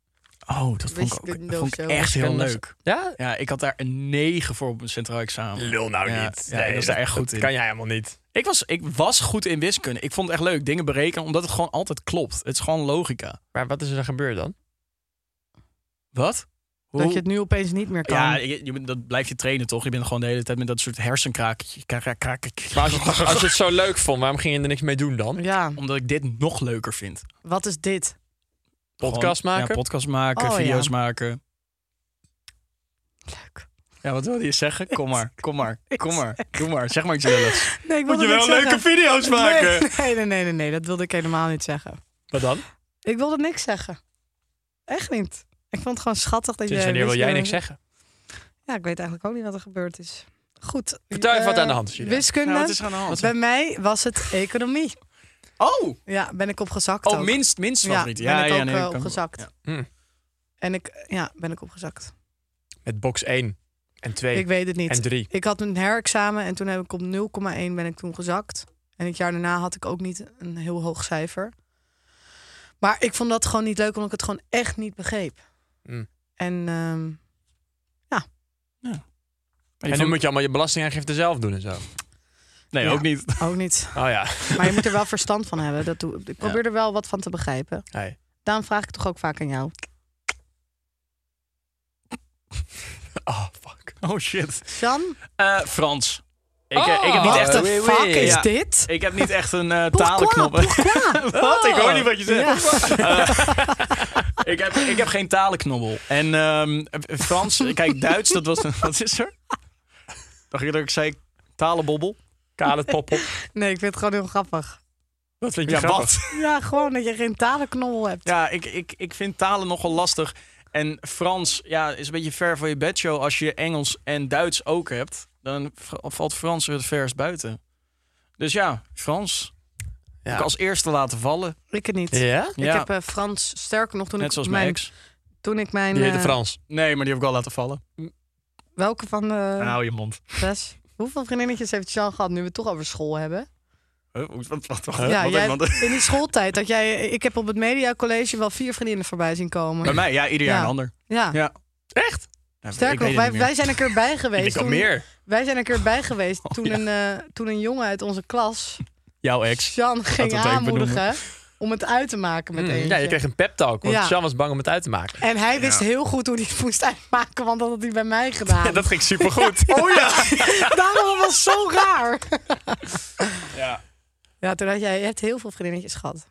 A: Oh, dat vond ik, ook,
B: Wiskunde
A: dat vond ik
B: of zo.
A: echt heel
C: Wiskunde.
A: leuk.
C: Ja?
A: Ja, ik had daar een 9 voor op mijn centraal examen.
C: Lul nou
A: Ja,
C: niet.
A: ja, ik was daar echt goed in.
C: kan jij helemaal niet.
A: Ik was, ik was goed in wiskunde. Ik vond het echt leuk. Dingen berekenen, omdat het gewoon altijd klopt. Het is gewoon logica.
C: Maar wat is er dan gebeurd dan?
A: Wat? Hoe?
B: Dat je het nu opeens niet meer kan.
A: ja, je, je bent- dat blijf je trainen toch? Je bent gewoon de hele tijd met dat soort hersenkraakje. kra- kra- kra-
C: Maar als je, het- als je het zo leuk vond, waarom ging je er niks mee doen dan?
B: Ja,
A: Omdat ik dit nog leuker vind.
B: wat is dit?
C: Podcast
A: Gewoon,
C: maken?
A: Ja, podcast maken,
B: Oh,
A: video's
B: ja.
A: maken.
B: Leuk.
A: Ja, wat wilde je zeggen? Kom maar, kom maar, kom maar, doe maar. Zeg maar iets lulligs.
B: Nee, ik
A: Moet
B: wilde
A: je wel
B: niks
A: leuke
B: zeggen.
A: video's maken?
B: Nee, nee, nee, nee, nee, dat wilde ik helemaal niet zeggen.
C: Wat dan?
B: Ik wilde niks zeggen. Echt niet. Ik vond het gewoon schattig dat je...
C: Sinds wanneer wil jij niks zeggen?
B: Ja, ik weet eigenlijk ook niet wat er gebeurd is. Goed.
C: Vertel even wat
B: eh,
C: aan de hand is, Julia.
B: Wiskunde.
A: Nou, wat is er aan de hand?
B: Bij mij was het economie.
A: Oh,
B: Ja, ben ik opgezakt
A: oh
B: ook.
A: minst, minst favoriet.
B: Ja, ben ik ook
A: nee,
B: eh,
A: ik kan-
B: opgezakt.
A: ja.
C: Hm.
B: En ik, ja, ben ik opgezakt.
C: Met box 1 en 2
B: Ik weet het niet.
C: en 3.
B: Ik had een herexamen en toen heb ik op 0,1 ben ik toen gezakt. En het jaar daarna had ik ook niet een heel hoog cijfer. Maar ik vond dat gewoon niet leuk, omdat ik het gewoon echt niet begreep.
C: Mm.
B: En ehm,
A: Ik
C: en nu
A: vond-
C: moet je allemaal je belastingaangifte zelf doen en zo. Oh
A: Nee,
B: Ja.
A: ook niet.
B: ook niet.
C: ja.
B: Maar je moet er wel verstand van hebben. Dat doe, ik probeer er wel wat van te begrijpen.
C: Hey.
B: Daarom vraag ik het toch ook vaak aan jou.
C: Oh, fuck.
A: Oh shit.
B: Jan,
A: Eh, Frans. Ik, eh,
C: Oh.
A: ik heb niet
C: Wat
A: echt
C: de
A: een
C: fuck
A: Ja.
B: is dit?
A: Ik heb niet echt een eh
B: Pourquoi?
A: talenknop.
B: Pourquoi?
A: Wat? Ik hoor niet wat je zegt. Eh,
B: Ja.
A: Ik heb, ik heb geen talenknobbel. En ehm, Frans, kijk, Duits, dat was. Wat is er? Dacht ik dat ik zei talenbobbel?
C: Kaal het pop op.
B: Nee, ik vind het gewoon heel grappig.
C: Wat vind je
A: Ja,
C: grappig?
A: wat?
B: Ja, gewoon dat je geen talenknobbel hebt.
A: Ja, ik, ik, ik vind talen nogal lastig. En Frans ja, is een beetje ver van je bedshow. Als je Engels en Duits ook hebt, dan v- valt Frans er het verst buiten. Dus ja, Frans.
C: Ja.
A: Ik als eerste laten vallen.
B: Ik het niet.
C: Ja?
B: Ik
A: Ja.
B: heb eh, Frans, sterker nog, toen
A: Net
B: ik
A: zoals mijn
B: mijn...
A: ex.
B: Toen ik mijn
C: Die heette
B: eh,
C: Frans.
A: Nee, maar die heb ik al laten vallen.
B: Welke van de
A: Nou, hou je mond.
B: zes? Hoeveel vriendinnetjes heeft Jean gehad nu we het toch over school hebben?
A: Huh? Hoe- Wat, wat, wat,
B: ja,
A: wat-
B: jij,
A: wat-
B: in die schooltijd dat jij, ik heb op het mediacollege wel vier vriendinnen voorbij zien komen.
A: Bij mij, ja, ieder jaar
B: Ja.
A: een ander.
B: ja.
A: Ja.
C: Echt?
A: Ja, ik
B: Sterker nog,
A: weet het
B: wij,
A: niet meer.
B: wij zijn een keer bij
C: Ik
B: geweest.
C: kan
B: Toen,
C: meer.
B: Wij zijn een keer bij geweest toen,
A: ja.
B: een, eh, toen een jongen uit onze klas
A: Jouw ex.
B: Jean
A: het
B: ging
A: even
B: aanmoedigen om het uit te maken met
C: Mm,
B: eentje.
C: ja, je kreeg een pep talk, want
B: Ja.
C: Jean was bang om het uit te maken.
B: En hij wist heel goed hoe hij het moest uitmaken, want dat had hij bij mij gedaan.
C: dat ging supergoed.
B: Oh ja! Daarom was het zo raar.
A: Ja.
B: Ja, toen had jij, je hebt heel veel vriendinnetjes gehad.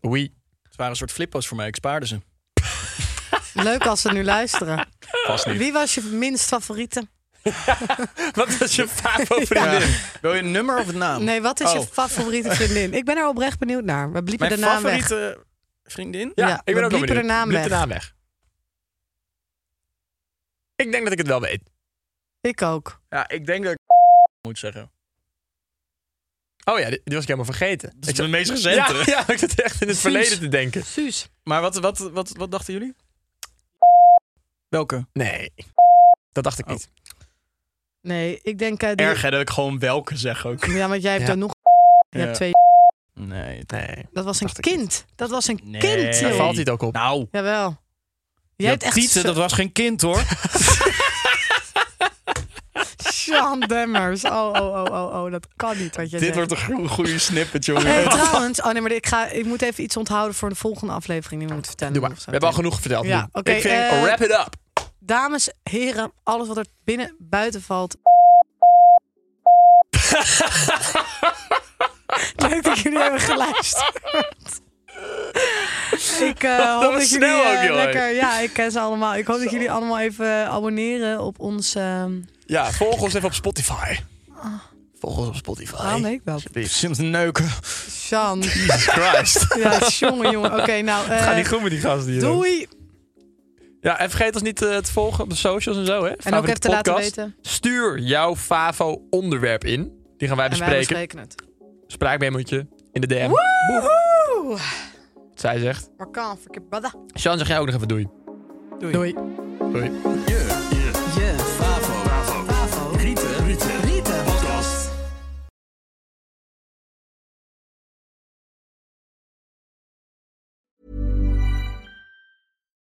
C: Oui.
A: Het waren een soort flippo's voor mij. Ik spaarde ze.
B: Leuk als ze nu luisteren.
A: Vast niet.
B: Wie was je minst favoriete?
C: Wat was je favoriete?
A: Ja. Wil je een nummer of een naam?
B: Nee, wat is je
A: Oh.
B: favoriete vriendin? Ik ben er oprecht benieuwd naar. We bliepen
A: Mijn
B: de naam weg.
A: favoriete vriendin?
C: Ja,
B: Ja,
C: ik ben
B: we
C: ook wel
B: bliepen
C: benieuwd.
B: de naam
C: Bliep
B: weg.
C: weg. Ik denk dat ik het wel weet.
B: Ik ook.
A: Ja, ik denk dat ik moet zeggen.
C: Oh ja, die, die was ik helemaal vergeten.
A: Dat
C: ik
A: is
C: zat-
A: de meest recente.
C: ja, ja, ik zat echt in het
B: Suus.
C: verleden te denken.
B: Suus.
A: Maar wat, wat, wat, wat dachten jullie? Welke?
C: Nee, dat dacht ik
A: Oh.
C: niet.
B: Nee, ik denk... eh, die-
A: Erg hè, dat ik gewoon welke zeg ook.
B: Ja, want jij hebt
C: Ja.
B: er nog... Je
A: Ja.
B: hebt twee...
A: Nee.
C: Nee.
B: Dat was een
C: Dacht ik
B: kind. Dat was een
A: Nee.
B: kind,
C: Daar
B: joh.
C: valt hij het ook op.
A: Nou,
B: Jawel. Jij hebt echt...
A: Tieten,
B: zo-
A: dat was geen kind hoor.
B: Sjaan Demmers. Oh, oh, oh, oh, oh. Dat kan niet wat je
A: Dit
B: zegt.
A: wordt een goe- goede snippet, jongen.
B: Hey, trouwens. Oh nee, maar ik, ga, ik moet even iets onthouden voor de volgende aflevering die we moeten vertellen.
C: Doe maar.
B: of zo.
C: We hebben al genoeg verteld.
B: Ja,
C: nu.
B: oké,
C: ik vind,
B: eh,
C: wrap it up.
B: Dames, heren, alles wat er binnen, buiten valt. Leuk dat jullie hebben geluisterd. Ik eh, hoop
C: was
B: dat jullie
C: snel ook,
B: eh,
C: joh.
B: lekker. Ja, ik ken ze allemaal. Ik hoop dat jullie allemaal even eh, abonneren op ons. ehm
C: Ja, volg ons even op Spotify. Volg ons op Spotify.
B: waarom weet ik dat?
A: Sims neuken.
B: Sean.
C: Jesus Christ.
B: Ja, jongen, jongen. Oké, nou. eh,
C: Ga niet goed met die gasten hier. hoor.
B: doei.
C: Ja, en vergeet ons niet eh, te volgen op de socials en zo. Hè.
B: En ook
C: Favoriete
B: even te laten
C: podcast.
B: weten.
C: Stuur jouw Favo onderwerp in. Die gaan wij
B: En wij
C: bespreken.
B: bespreken het.
C: Spraakmemoetje.
G: in de DM.
B: Woehoe!
G: Wat zij zegt.
B: Markaan, verkeerd badda.
G: Sean, zeg jij ook nog even doei.
A: Doei.
B: Doei.
G: Doei.
H: Je Favo. Favo. Favo. Rieten. Rieten. Rieten. Podcast.